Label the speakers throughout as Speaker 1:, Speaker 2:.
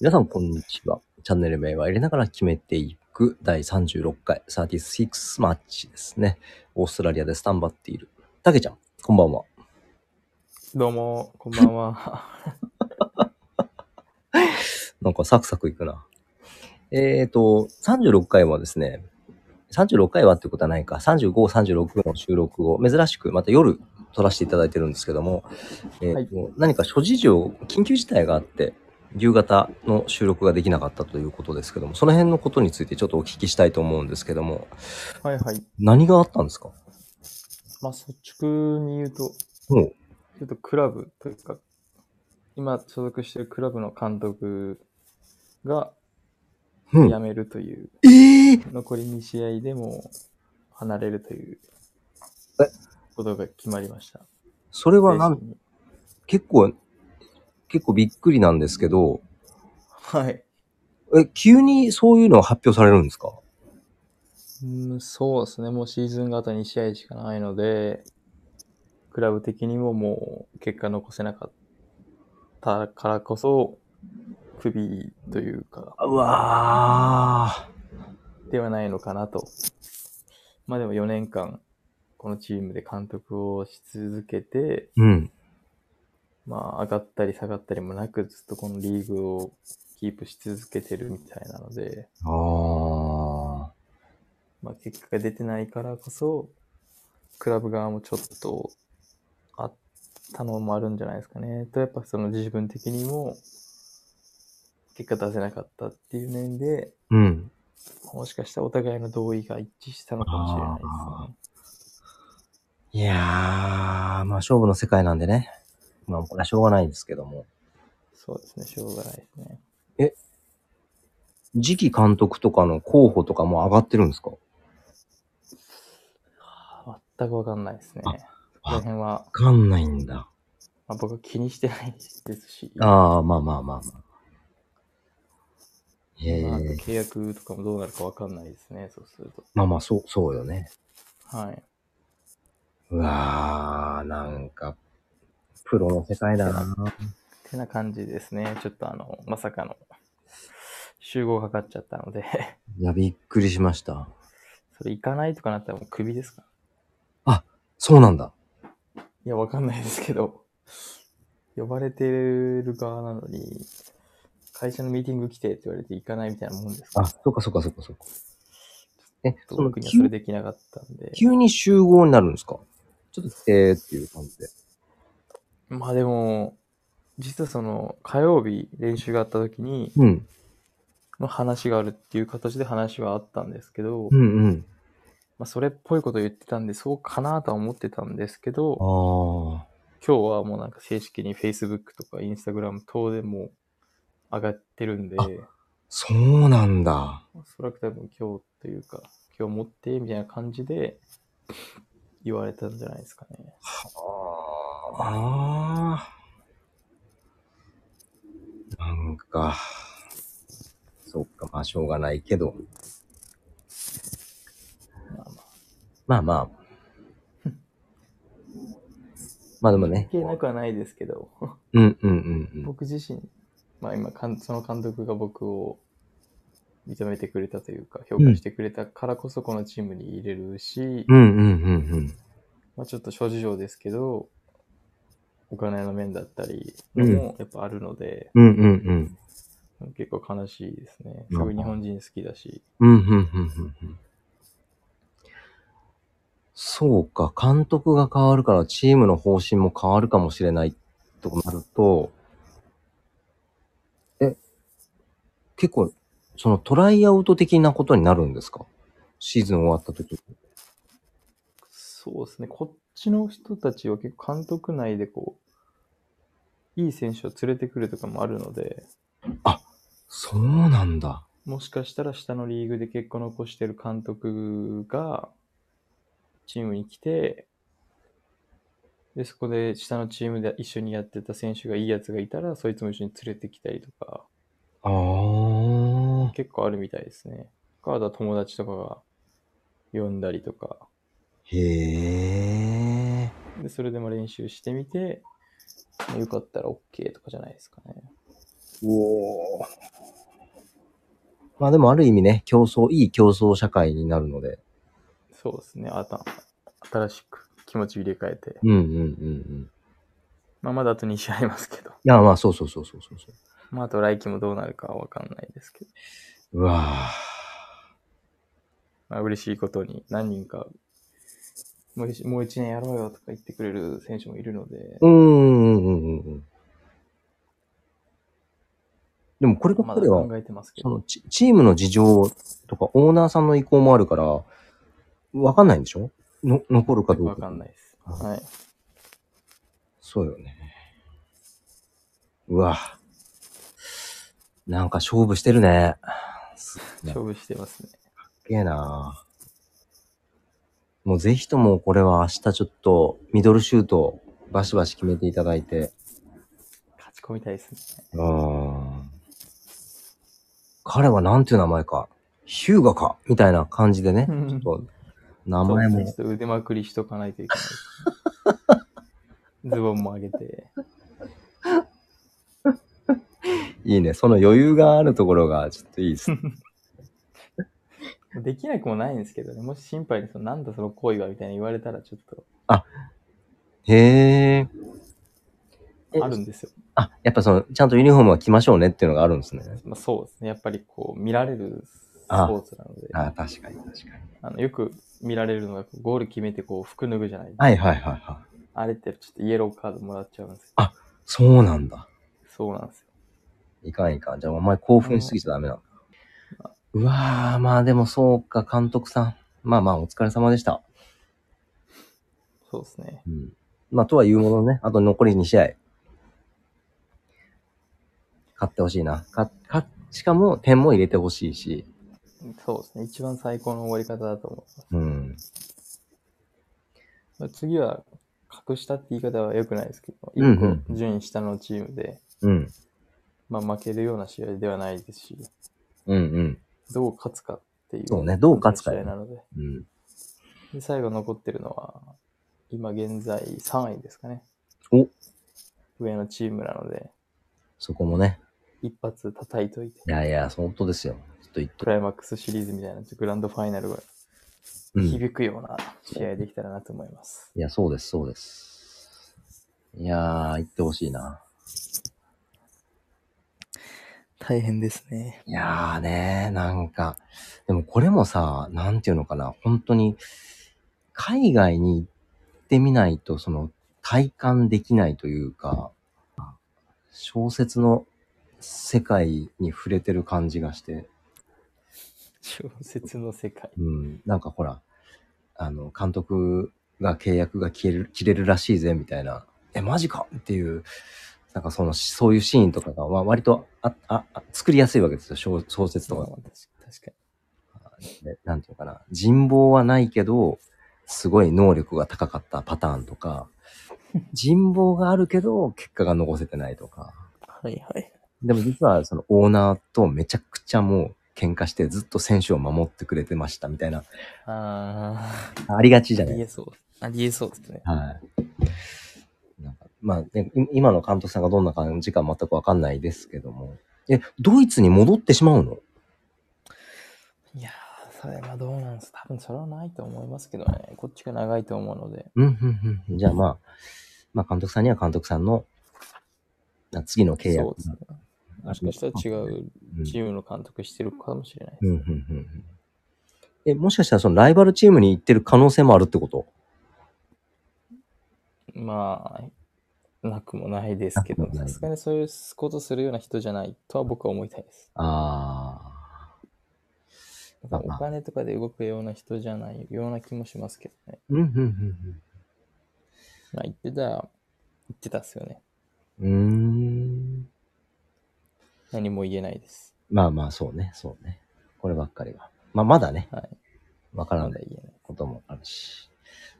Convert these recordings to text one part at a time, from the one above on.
Speaker 1: 皆さん、こんにちは。チャンネル名は入れながら決めていく第36回36マッチですね。オーストラリアでスタンバっている。たけちゃん、こんばんは。
Speaker 2: どうも、こんばんは。
Speaker 1: なんかサクサクいくな。えーと、36回はですね、36回はってことはないか、35、36の収録を珍しくまた夜撮らせていただいてるんですけども、えーと何か諸事情、緊急事態があって、夕方の収録ができなかったということですけども、その辺のことについてちょっとお聞きしたいと思うんですけども、
Speaker 2: はいはい。
Speaker 1: 何があったんですか
Speaker 2: まあ、率直に言うと、
Speaker 1: もう、
Speaker 2: ちょっとクラブというか、今所属しているクラブの監督が
Speaker 1: う
Speaker 2: 辞
Speaker 1: ん、
Speaker 2: めるという、
Speaker 1: ええ
Speaker 2: 残り2試合でもう離れるという
Speaker 1: え
Speaker 2: ことが決まりました。
Speaker 1: それはなん
Speaker 2: 正式に
Speaker 1: 結構、結構びっくりなんですけど、
Speaker 2: はい。
Speaker 1: え、急にそういうのを発表されるんですか
Speaker 2: うん、そうですね。もうシーズンがあと2試合しかないので、クラブ的にももう結果残せなかったからこそ、クビというか、
Speaker 1: うわ
Speaker 2: ではないのかなと。まあでも4年間、このチームで監督をし続けて、
Speaker 1: ー。うん。
Speaker 2: まあ上がったり下がったりもなく、ずっとこのリーグをキープし続けてるみたいなので、
Speaker 1: ああ。
Speaker 2: まあ結果が出てないからこそ、クラブ側もちょっとあったのもあるんじゃないですかね。と、やっぱその自分的にも、結果出せなかったっていう面で、
Speaker 1: うん。
Speaker 2: もしかしたらお互いの同意が一致したのかもしれないですね。
Speaker 1: いやー、まあ勝負の世界なんでね。まあこれはしょうがないですけども。
Speaker 2: そうですね、しょうがないですね。
Speaker 1: 次期監督とかの候補とかも上がってるんですかわ
Speaker 2: 全くわかんないですね。
Speaker 1: あ
Speaker 2: この辺は、
Speaker 1: かんないんだ。
Speaker 2: まあ、僕は気にしてないですし、まあ
Speaker 1: ああ、まあまあまあまあ。ええ
Speaker 2: あと契約とかもどうなるかわかんないですね、そうすると。
Speaker 1: まあまあ、そう、そうよね。
Speaker 2: はい。
Speaker 1: うわー、なんか、プロの世界だな。
Speaker 2: てな感じですね。ちょっとあの、まさかの集合かかっちゃったので、
Speaker 1: いや、びっくりしました。
Speaker 2: それ行かないとかなったらもうクビですか
Speaker 1: そうなんだ。
Speaker 2: いや、わかんないですけど、呼ばれてる側なのに、会社のミーティング来てって言われて行かないみたいなもんです
Speaker 1: あ、
Speaker 2: から、
Speaker 1: そっかそっかそっかそっか。え、その
Speaker 2: 僕にはそれ
Speaker 1: 急、
Speaker 2: できなかったんで。
Speaker 1: 急に集合になるんですかちょっと、えーっていう感じで。
Speaker 2: まあでも、実はその火曜日練習があった時に、
Speaker 1: うん。
Speaker 2: の話があるっていう形で話はあったんですけど、
Speaker 1: う
Speaker 2: ま
Speaker 1: んうん。
Speaker 2: あそれっぽいことを言ってたんで、そうかなとは思ってたんですけど、
Speaker 1: ああ。
Speaker 2: 今日はもうなんか正式に Facebook とか Instagram 等でもう上がってるんで、
Speaker 1: あそうなんだ。
Speaker 2: おそらく多分今日というか、今日持ってみたいな感じで言われたんじゃないですかね。
Speaker 1: ああ。なんか、そっか、まあ、しょうがないけど。
Speaker 2: まあまあ、
Speaker 1: まあまあ。まあでもね
Speaker 2: 関。係なくはないですけど、
Speaker 1: うんうんうんうん。
Speaker 2: 僕自身、まあ今かん、その監督が僕を認めてくれたというか、評価してくれたからこそこのチームに入れるし、
Speaker 1: うんうんうんうん。
Speaker 2: まあちょっと諸事情ですけど、お金の面だったり
Speaker 1: うん
Speaker 2: もやっぱあるので、
Speaker 1: うんうんうん。
Speaker 2: 結構悲しいですね。
Speaker 1: う
Speaker 2: す
Speaker 1: ん
Speaker 2: ごい日本人好きだし、
Speaker 1: うんうんうんうんうん。そうか、監督が変わるからチームの方針も変わるかもしれないとなると、え、結構、そのトライアウト的なことになるんですかシーズン終わった時。
Speaker 2: そうですね。こっちの人たちは結構監督内でこう、いい選手を連れてくるとかもあるので、
Speaker 1: そうなんだ。
Speaker 2: もしかしたら下のリーグで結果残してる監督がチームに来て、で、そこで下のチームで一緒にやってた選手がいいやつがいたら、そいつも一緒に連れてきたりとか、
Speaker 1: ああ。
Speaker 2: 結構あるみたいですね。カードは友達とかが呼んだりとか、
Speaker 1: へえ。
Speaker 2: で、それでも練習してみて、まあよかったら OK とかじゃないですかね。
Speaker 1: おーまあでもある意味ね、競争、いい競争社会になるので。
Speaker 2: そうですね。あた新しく気持ち入れ替えて。
Speaker 1: うんうんうんうん。
Speaker 2: まあ、まだあと2試合ありますけど。
Speaker 1: い や、まあそうそうそうそうそうそう。
Speaker 2: まあ、あと来季もどうなるかはわかんないですけど。
Speaker 1: うわ
Speaker 2: まあ、嬉しいことに何人か、もう一もう一年やろうよとか言ってくれる選手もいるので
Speaker 1: ぁ。う、ーんうんうんうん。でもこれば
Speaker 2: ま
Speaker 1: っ
Speaker 2: だ
Speaker 1: かりは
Speaker 2: 考、えてますけ
Speaker 1: そ
Speaker 2: ど。
Speaker 1: のチチームの事情とかオーナーさんの意向もあるから、わかんないんでしょの残るかどうか。
Speaker 2: わかんないです。
Speaker 1: うん
Speaker 2: はい。
Speaker 1: そうよね。うわなんか勝負してるね。すっ
Speaker 2: 勝負してますね。
Speaker 1: げえなもうぜひともこれは明日ちょっとミドルシュートをバシバシ決めていただいて。
Speaker 2: 勝ち込みたいですね。
Speaker 1: うん。彼はなんていう名前か。ヒューガかみたいな感じでね。ちょっと名前
Speaker 2: そ
Speaker 1: も
Speaker 2: うです。ねちょっと腕まくりしとかないといけないですね、 ズボンも上げて。
Speaker 1: いいね。その余裕があるところがちょっといいです。
Speaker 2: できなくもないんですけどね。もし心配にその、なんだその行為はみたいに言われたらちょっ
Speaker 1: へえ。
Speaker 2: とあるんですよ。
Speaker 1: あ、やっぱその、ちゃんとユニフォームは着ましょうねっていうのがあるんですね。
Speaker 2: まあ、そうですね。やっぱりこう、見られるスポ
Speaker 1: あ
Speaker 2: ーツなので、あ
Speaker 1: あ確かに確かに。
Speaker 2: のよく見られるのが、こうゴール決めてこう、服脱ぐじゃないですか。
Speaker 1: はいはいはいはい。
Speaker 2: あれってちょっとイエローカードもらっちゃうんですよ。
Speaker 1: そうなんだ。
Speaker 2: そうなんですよ。
Speaker 1: いかんいかん。じゃあお前興奮しすぎちゃダメなんだ。うわー、まあでもそうか、監督さん。まあまあお疲れ様でした。
Speaker 2: そうですね。
Speaker 1: うん。まあとは言うもののね、あと残り2試合。勝ってほしいな。か、か、しかも点も入れてほしいし。
Speaker 2: そうですね。一番最高の終わり方だと思います
Speaker 1: うん。
Speaker 2: まあ。次は、格下って言い方は良くないですけど、
Speaker 1: うん
Speaker 2: 一
Speaker 1: う
Speaker 2: 個
Speaker 1: ん
Speaker 2: 順位下のチームで、
Speaker 1: うん。
Speaker 2: まあ、負けるような試合ではないですし、
Speaker 1: うんうん。
Speaker 2: どう勝つかっていう。
Speaker 1: そうねどう勝つか
Speaker 2: 試
Speaker 1: よ
Speaker 2: 合なので。
Speaker 1: うん。
Speaker 2: で最後残ってるのは、今現在3位ですかね。
Speaker 1: お
Speaker 2: 上のチームなので、
Speaker 1: そこもね。
Speaker 2: 一発叩いといて、
Speaker 1: いやいや、本当ですよ。ちょっと言っ
Speaker 2: ク
Speaker 1: と。
Speaker 2: ライマックスシリーズみたいな、グランドファイナルが
Speaker 1: うん
Speaker 2: 響くような試合できたらなと思います。
Speaker 1: いや、そうです、そうです。いやー、行ってほしいな。
Speaker 2: 大変ですね。
Speaker 1: いやーねなんか、でもこれもさ、なんていうのかな、本当に、海外に行ってみないと、その、体感できないというか、小説の世界に触れてる感じがして、
Speaker 2: 小説の世界。
Speaker 1: うん、なんかほら、あの、監督が契約が切れる切れるらしいぜ、みたいな、え、マジかっていう、なんかその、そういうシーンとかが、まあ、割とあああ作りやすいわけですよ、小小説と
Speaker 2: まあ
Speaker 1: か
Speaker 2: ま。あ確か
Speaker 1: ねなんていうのかな、人望はないけど、すごい能力が高かったパターンとか、人望があるけど、結果が残せてないとか。
Speaker 2: に。はいはい。
Speaker 1: でも実は、そのオーナーとめちゃくちゃもう喧嘩してずっと選手を守ってくれてましたみたいな、
Speaker 2: あ
Speaker 1: ありがちじ
Speaker 2: ー、
Speaker 1: ゃ
Speaker 2: あ
Speaker 1: ないで
Speaker 2: りえそう。ありえそうですね
Speaker 1: す。か。はい。なんかまあ、ね、い今の監督さんがどんな感じか全くわかんないですけども。え、ドイツに戻ってしまうの
Speaker 2: いやー、それはどうなんです多分それはないと思いますけどね。こっちが長いと思うので。
Speaker 1: うん、うん、うん。じゃあまあ、まあ監督さんには監督さんの、な次の契約
Speaker 2: そうですね。もしかしたら違うチームの監督してるかもしれないで
Speaker 1: う
Speaker 2: す
Speaker 1: んうんうんうんえ、もしかしたらそのライバルチームに行ってる可能性もあるってこと
Speaker 2: まあ、なくもないですけど
Speaker 1: なく、もな
Speaker 2: さ
Speaker 1: い
Speaker 2: すがにそういうことするような人じゃないとは僕は思いたいです。
Speaker 1: ああ。
Speaker 2: だからお
Speaker 1: まあ
Speaker 2: 金とかで動くような人じゃないような気もしますけどね。
Speaker 1: うんうん
Speaker 2: まあ言ってたら、言ってたっすよね。
Speaker 1: うんうん。うーん。
Speaker 2: 何も言えないです。
Speaker 1: まあまあ、そうね、そうね。こればっかりは。まあまだね、
Speaker 2: はい。
Speaker 1: わから
Speaker 2: ま
Speaker 1: な
Speaker 2: だ
Speaker 1: い
Speaker 2: 言えない。
Speaker 1: こともあるし。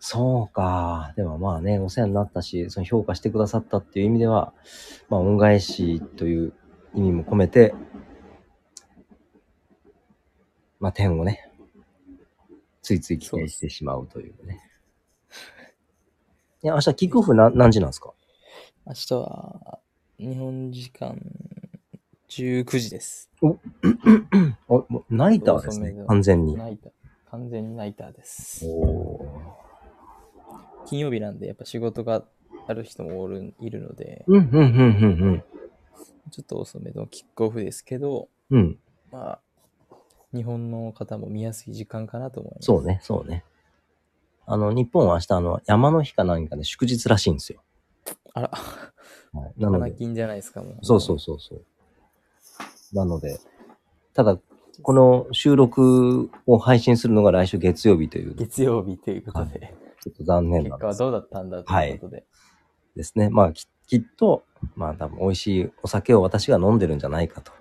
Speaker 1: そうか。でもまあね、お世話になったし、その評価してくださったっていう意味では、まあ恩返しという意味も込めて、まあ点をね、ついつい期待してしまうというね。いや、明日キックオフな何時なんですか
Speaker 2: 明日は、日本時間19時です。
Speaker 1: あ、もうナイターですね
Speaker 2: そうそう。
Speaker 1: 完全に。
Speaker 2: ナイター。完全にナイターです。
Speaker 1: おー
Speaker 2: 金曜日なんで、やっぱ仕事がある人もおるいるので、
Speaker 1: うん、うん、うん、
Speaker 2: ちょっと遅めのキックオフですけど、
Speaker 1: うん、うん。
Speaker 2: まあ、日本の方も見やすい時間かなと思います。
Speaker 1: そうね、そうね。あの、日本は明日、あの、山の日か何かで祝日らしいんですよ。
Speaker 2: あら、
Speaker 1: はい、なの
Speaker 2: 花
Speaker 1: で、
Speaker 2: 金じゃないですか、もう。
Speaker 1: そうそうそうそう。なので、ただ、この収録を配信するのが来週月曜日という、ちょ
Speaker 2: 月曜日ということで、
Speaker 1: っと残念
Speaker 2: 結
Speaker 1: なん
Speaker 2: 果
Speaker 1: で
Speaker 2: は
Speaker 1: す
Speaker 2: どうだったんだということで、
Speaker 1: ですね。まあき、きっと、まあ、多分美味しいお酒を私が飲んでるんじゃないかと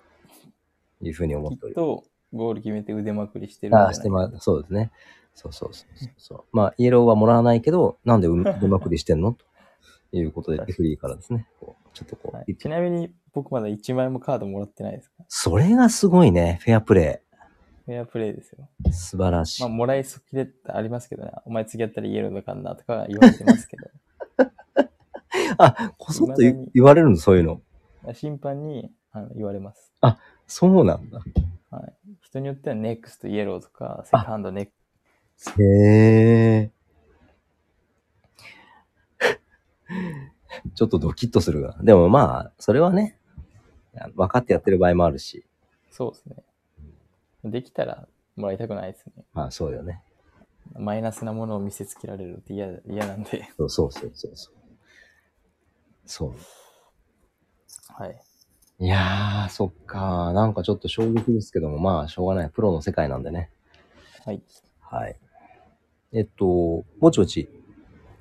Speaker 1: いうふうに思ってお
Speaker 2: きっ
Speaker 1: ります。
Speaker 2: とゴール決めて腕まくりしてるんじゃ
Speaker 1: あ
Speaker 2: な
Speaker 1: あ、
Speaker 2: い
Speaker 1: してま、そうですね。そうそうそうそうそう。まあ、イエローはもらわないけど、なんで ううまくりしてんのということで、レフリーからですね、こうちょっとこう、
Speaker 2: はいちなみに僕まだ1枚もカードもらってないですから。
Speaker 1: それがすごいね、フェアプレ
Speaker 2: フェアプレイですよ。
Speaker 1: イ。素晴らしい。
Speaker 2: まあ、もらいそきれってありますけどね。お前次やったらイエローだからなとかは言われてます けど。
Speaker 1: あ、こそっと言
Speaker 2: 未だに
Speaker 1: 言われるの、そういうの。
Speaker 2: まあ審判にあの言われます。
Speaker 1: そうなんだ。
Speaker 2: はい。人によってはネックストイエローとか、セカンドネック
Speaker 1: へえ。 ちょっとドキッとするが。でもまあ、それはね、あの分かってやってる場合もあるし、
Speaker 2: そうですね。できたらもらいたくないですね。
Speaker 1: まあそうよね。
Speaker 2: マイナスなものを見せつけられるって嫌嫌なんで。
Speaker 1: そうそうそうそうそう。そう
Speaker 2: はい。
Speaker 1: いやー、そっか。なんかちょっと衝撃ですけども、まあ、しょうがない。プロの世界なんでね。
Speaker 2: はい。
Speaker 1: はい。えっと、ぼちぼち、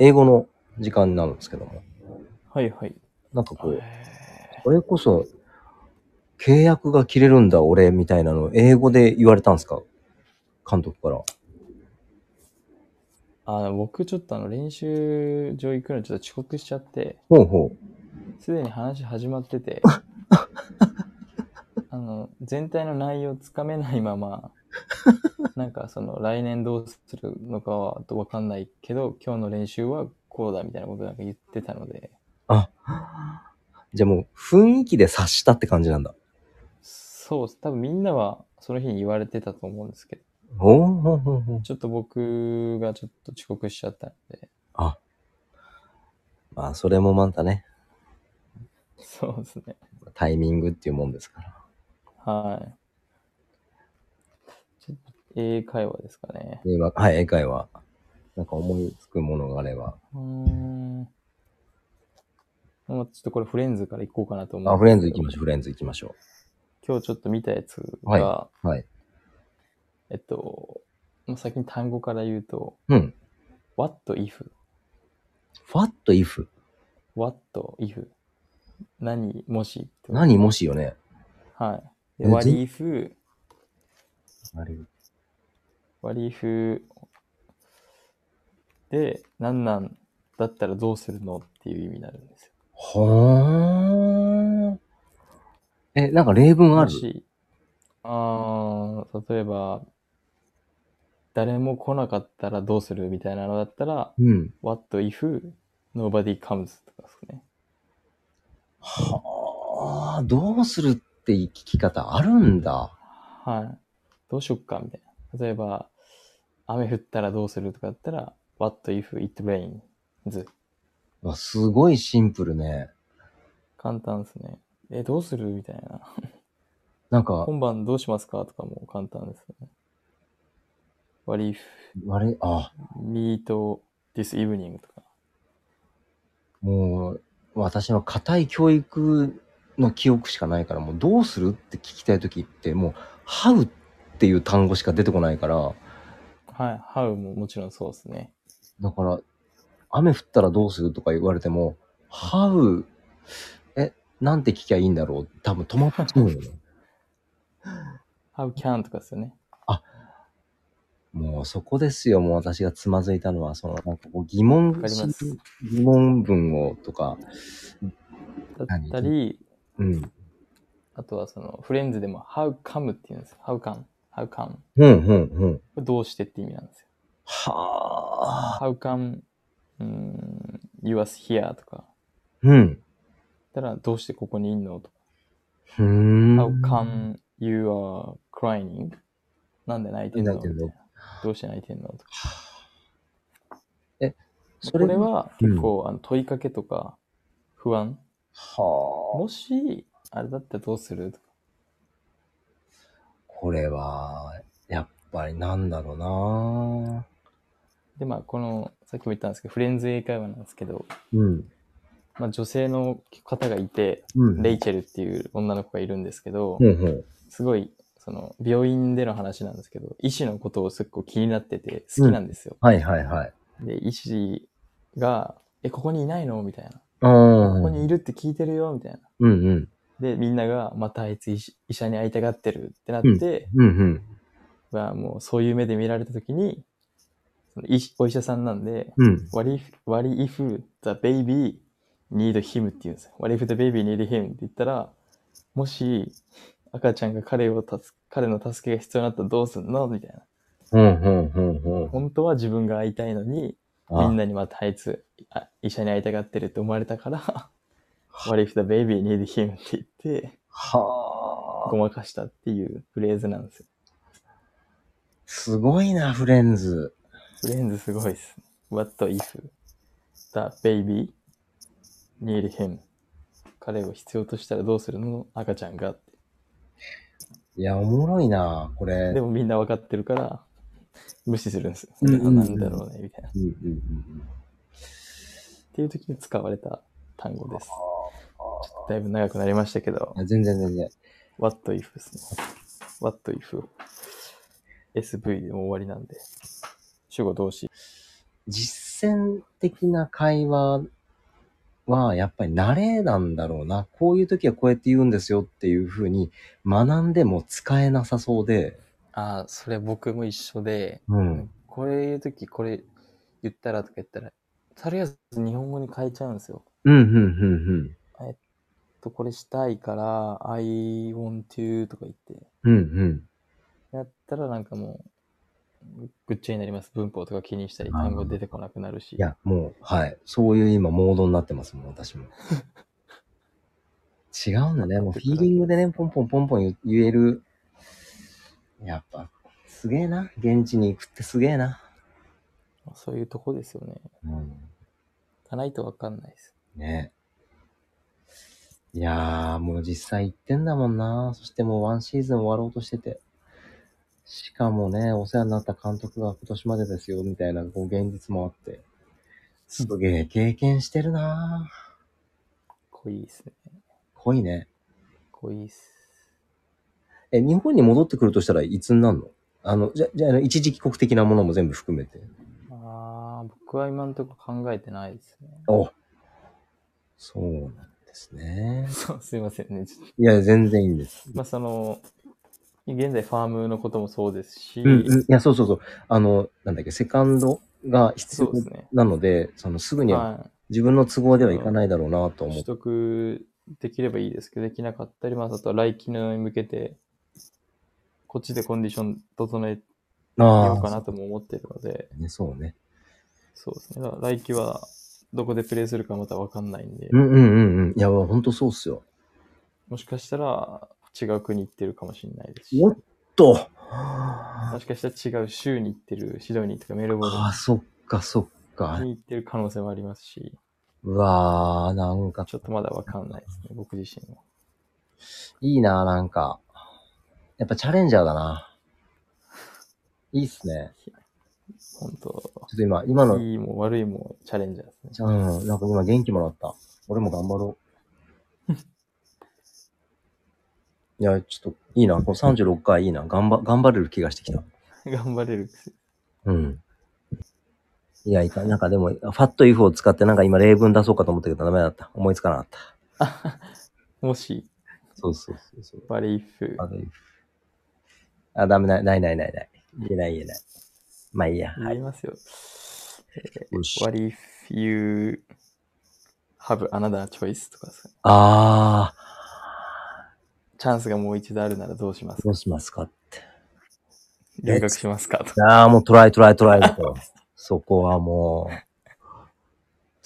Speaker 1: 英語の時間になるんですけども、
Speaker 2: はいはい。
Speaker 1: なんかこう、
Speaker 2: へ
Speaker 1: これこそ、契約が切れるんだ、俺、みたいなの、英語で言われたんですか監督から。
Speaker 2: ーあ僕ちょっとあの練習場行くのちょっと遅刻しちゃって、
Speaker 1: ほうほ
Speaker 2: すでに話始まって て、あの、全体の内容つかめないま ま、なんかその来年どうするのかはわかんないけど、今日の練習はこうだみたいなことなんか言ってたので、
Speaker 1: う。じゃあもう、雰囲気で察したって感じなんだ。
Speaker 2: そうっす、多分みんなはその日に言われてたと思うんですけど、
Speaker 1: ほうほうほうほう。
Speaker 2: ちょっと僕がちょっと遅刻しちゃったので、
Speaker 1: まあ、それもまたね、
Speaker 2: そうですね。
Speaker 1: タイミングっていうもんですから。
Speaker 2: はい。ちょっと英会話ですかね。
Speaker 1: で今はい、英会話。なんか思いつくものがあれば。
Speaker 2: うーん。まあちょっとこれフレンズから行こうかなと思う。
Speaker 1: あ、フレンズ行きましょう、フレンズ行きましょ
Speaker 2: 今日ちょっと見たやつが、
Speaker 1: う。はい。
Speaker 2: えっと、もう先に単語から言うと、
Speaker 1: うん。
Speaker 2: what if,
Speaker 1: what if?
Speaker 2: what if, 何、もしってこと。
Speaker 1: 何もしよね。
Speaker 2: はい。
Speaker 1: え
Speaker 2: で what
Speaker 1: ぜ
Speaker 2: if,
Speaker 1: あれ
Speaker 2: what if で、なんなんだったらどうするのっていう意味になるんですよ。
Speaker 1: ほーん。え、なんか例文あ
Speaker 2: も
Speaker 1: る
Speaker 2: し、あー例えば、誰も来なかったらどうするみたいなのだったら、
Speaker 1: うん。
Speaker 2: What if nobody comes? とかですね。
Speaker 1: はあ、どうするって聞き方あるんだ。
Speaker 2: はい。どうしよっかみたいな。例えば、雨降ったらどうするとかだったら、What if it rains?
Speaker 1: わすごいシンプルね。
Speaker 2: 簡単ですね。え、どうするみたいな。
Speaker 1: なんか、
Speaker 2: 今晩どうしますかとかも簡単ですね。What if
Speaker 1: あれ、あ、
Speaker 2: meet this evening? とか。
Speaker 1: もう、私の固い教育の記憶しかないから、もうどうするって聞きたいときって、もう、how っていう単語しか出てこないから、
Speaker 2: はい。How ももちろんそうですね。
Speaker 1: だから、雨降ったらどうするとか言われても、how、え、なんて聞きゃいいんだろう多分止まっちゃうよ ね。
Speaker 2: How can とかですよね。
Speaker 1: もうそこですよ、もう私がつまずいたのは、その、なんかこう疑問
Speaker 2: かります
Speaker 1: 疑問文をとか、
Speaker 2: だったり、
Speaker 1: うん。
Speaker 2: あとはそのフレンズでも How come って言うんです。How come? How come?
Speaker 1: うん、うん、うん。
Speaker 2: これどうしてって意味なんですよ。
Speaker 1: はあ。
Speaker 2: How come うーん you are here とか。
Speaker 1: うん。
Speaker 2: だからどうしてここにいんのとか。
Speaker 1: ふーん。
Speaker 2: How how come you are crying? なんで泣いてんの
Speaker 1: 泣いてんの
Speaker 2: みたいなどうして泣いてんのとか。
Speaker 1: そ
Speaker 2: こ
Speaker 1: れ
Speaker 2: れ、は結構、あの問いかけとか不安。
Speaker 1: はあ、
Speaker 2: もし、あれだったらどうするとか。
Speaker 1: これは、やっぱりなんだろうな
Speaker 2: で、まあ、この、さっきも言ったんですけど、フレンズ英会話なんですけど、
Speaker 1: うん。
Speaker 2: まあ、女性の方がいて、
Speaker 1: うん。
Speaker 2: レイチェルっていう女の子がいるんですけど、
Speaker 1: うんうん。
Speaker 2: すごい、その、病院での話なんですけど、医師のことをすっごい気になってて、好きなんですよ。
Speaker 1: はいはいはい。
Speaker 2: で、医師が、え、ここにいないのみたいな。
Speaker 1: ああ。
Speaker 2: ここにいるって聞いてるよ、みたいな。
Speaker 1: うんうん。
Speaker 2: で、みんなが、またあいつ医師医者に会いたがってるってなって、
Speaker 1: うんうん。
Speaker 2: まあ、もうそういう目で見られたときに、その医師お医者さんなんで、
Speaker 1: うん。
Speaker 2: What if, what if the baby need him って言うんですよ。What if the baby need him って言ったら、もし赤ちゃんが彼を助彼の助けが必要になったらどうすんのみたい
Speaker 1: う
Speaker 2: な。
Speaker 1: んうんうんうん。
Speaker 2: 本当は自分が会いたいのに、みん
Speaker 1: な。
Speaker 2: なにまたあいつ、あ医者に会いたがってるって思われたから、What if the baby need him って言って、
Speaker 1: はあ。
Speaker 2: ごまかしたっていうフレーズなんですよ。
Speaker 1: すごいな、フレンズ。
Speaker 2: フレンズすごいっすね。What if the baby need him? 彼を必要としたらどうするの赤ちゃんがって。
Speaker 1: いや、おもろいな、これ。
Speaker 2: でもみんな分かってるから、無視するんですよ。
Speaker 1: うんうんうん
Speaker 2: なんだろうね、みたいな。っ
Speaker 1: うんうんうんうん。
Speaker 2: ていう時に使われた単語で
Speaker 1: あ
Speaker 2: す。ちょっとだいぶ長くなりましたけど
Speaker 1: あ、全然全然。
Speaker 2: What if ですね。What if SV でも終わりなんで。主語動詞。
Speaker 1: 実践的な会話は、やっぱり慣れなんだろうな。こういう時はこうやって言うんですよっていうふうに学んでも使えなさそうで。
Speaker 2: ああ、それ僕も一緒で、
Speaker 1: うん。
Speaker 2: これ言うとき、これ言ったらとか言ったら、とりあえず日本語に変えちゃうんですよ。
Speaker 1: うん、うん、うん、
Speaker 2: と、これしたいから、I want to とか言って、
Speaker 1: うん。うん、
Speaker 2: やったらなんかもう、ぐっちゃになります。文法とか気にしたり、
Speaker 1: あー
Speaker 2: 単語出てこなくなるし。
Speaker 1: いや、もう、はい。そういう今、モードになってますもん、私も。違うんだね。もう、フィーリングでね、ポンポンポンポン言言える。やっぱ、すげえな。現地に行くってすげえな。
Speaker 2: そういうとこですよね。
Speaker 1: うん。
Speaker 2: 行かないとわかんないです。
Speaker 1: ねいやー、もう実際行ってんだもんな。そしてもうワンシーズン終わろうとしてて。しかもね、お世話になった監督が今年までですよ、みたいな、こう、現実もあって。すげえ経験してるな
Speaker 2: 濃いですね。
Speaker 1: 濃いね。
Speaker 2: 濃いっす。
Speaker 1: え、日本に戻ってくるとしたらいつになるのあの、じゃ、じゃああの、一時帰国的なものも全部含めて。
Speaker 2: ああ、僕は今のところ考えてないですね。
Speaker 1: おそうなんですね。
Speaker 2: そう、すいませんね。ちょっと
Speaker 1: いや、全然いいんです。
Speaker 2: まあ、その、現在ファームのこともそうですし、
Speaker 1: うん、うん。いや、そうそうそう。あの、なんだっけ、セカンドが必
Speaker 2: そう
Speaker 1: 要
Speaker 2: ですね。
Speaker 1: なので、そのすぐには
Speaker 2: は
Speaker 1: 自分の都合ではいかないだろうなと
Speaker 2: い、
Speaker 1: 思
Speaker 2: 取
Speaker 1: って。
Speaker 2: 得できればいいですけど、できなかったり、まあ、あとは来期のに向けて、こっちでコンディション整えようか
Speaker 1: あ
Speaker 2: なとも思っているので、
Speaker 1: あ、ね、そうね。
Speaker 2: そうですね。だから来期はどこでプレーするかまたわかんないんで
Speaker 1: う、んうんうんうん。いや、ほんとそうっすよ。
Speaker 2: もしかしたら違う国行ってるかもしれないですし、
Speaker 1: お
Speaker 2: も
Speaker 1: っと
Speaker 2: しかしたら違う州に行ってる、シドニーとかメルボル
Speaker 1: ああ、そっかそっか
Speaker 2: ン。に行ってる可能性もありますし、
Speaker 1: うわあ、なんか
Speaker 2: ちょっとまだわかんないですね、僕自身も。
Speaker 1: いいな、なんか。やっぱチャレンジャーだな。いいっすね。
Speaker 2: 本当
Speaker 1: ちょっと今、今の、うん、
Speaker 2: いいも悪いもチャレンジャーですね。
Speaker 1: なんか今元気もらった。俺も頑張ろう。いや、ちょっと、いいな。この36回いいな。頑張、頑張れる気がしてきた。
Speaker 2: 頑張れるくせ
Speaker 1: うん。いや、いかん、なんかでも、ファットイフを使ってなんか今例文出そうかと思ったけどダメだった。思いつかなかった。
Speaker 2: もし、
Speaker 1: そうそうそうそう。
Speaker 2: バリーフ
Speaker 1: ファットイフ。あ、ダメない、ないないないない。言えない言えない。まあいいや。は
Speaker 2: 言
Speaker 1: い
Speaker 2: い。ますよ。
Speaker 1: よし
Speaker 2: What if you have another choice? とかさ、
Speaker 1: ああ、
Speaker 2: チャンスがもう一度あるならどうしますか
Speaker 1: どうしますかって。
Speaker 2: 留学しますかとか。
Speaker 1: ああ、もうトライトライトライと。そこはもう、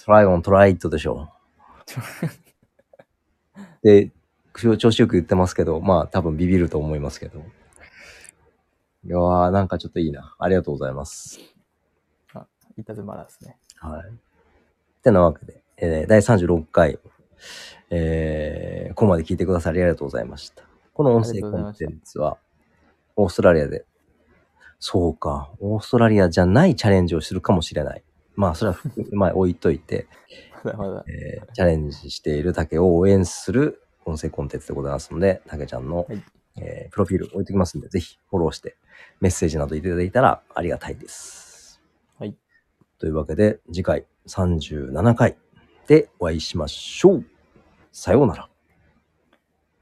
Speaker 1: トライオントライイットでしょ。で、調子よく言ってますけど、まあ多分ビビると思いますけど。いやー、なんかちょっといいな。ありがとうございます。
Speaker 2: いたずまらですね。
Speaker 1: はい。てなわけで、えー第36回、えーここまで聞いてくださりありがとうございました。この音声コンテンツは、オーストラリアで、そうか、オーストラリアじゃないチャレンジをするかもしれない。まあ、それは、まあ、置いといて、
Speaker 2: まだまだ。
Speaker 1: えーチャレンジしている竹を応援する音声コンテンツでございますので、竹ちゃんの、
Speaker 2: はい
Speaker 1: えープロフィール置いてきますんで、ぜひフォローしてメッセージなどいただいたらありがたいです。
Speaker 2: はい。
Speaker 1: というわけで、次回37回でお会いしましょう。さようなら。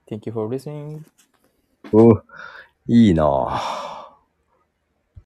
Speaker 2: Thank you for listening.
Speaker 1: おいいなぁ。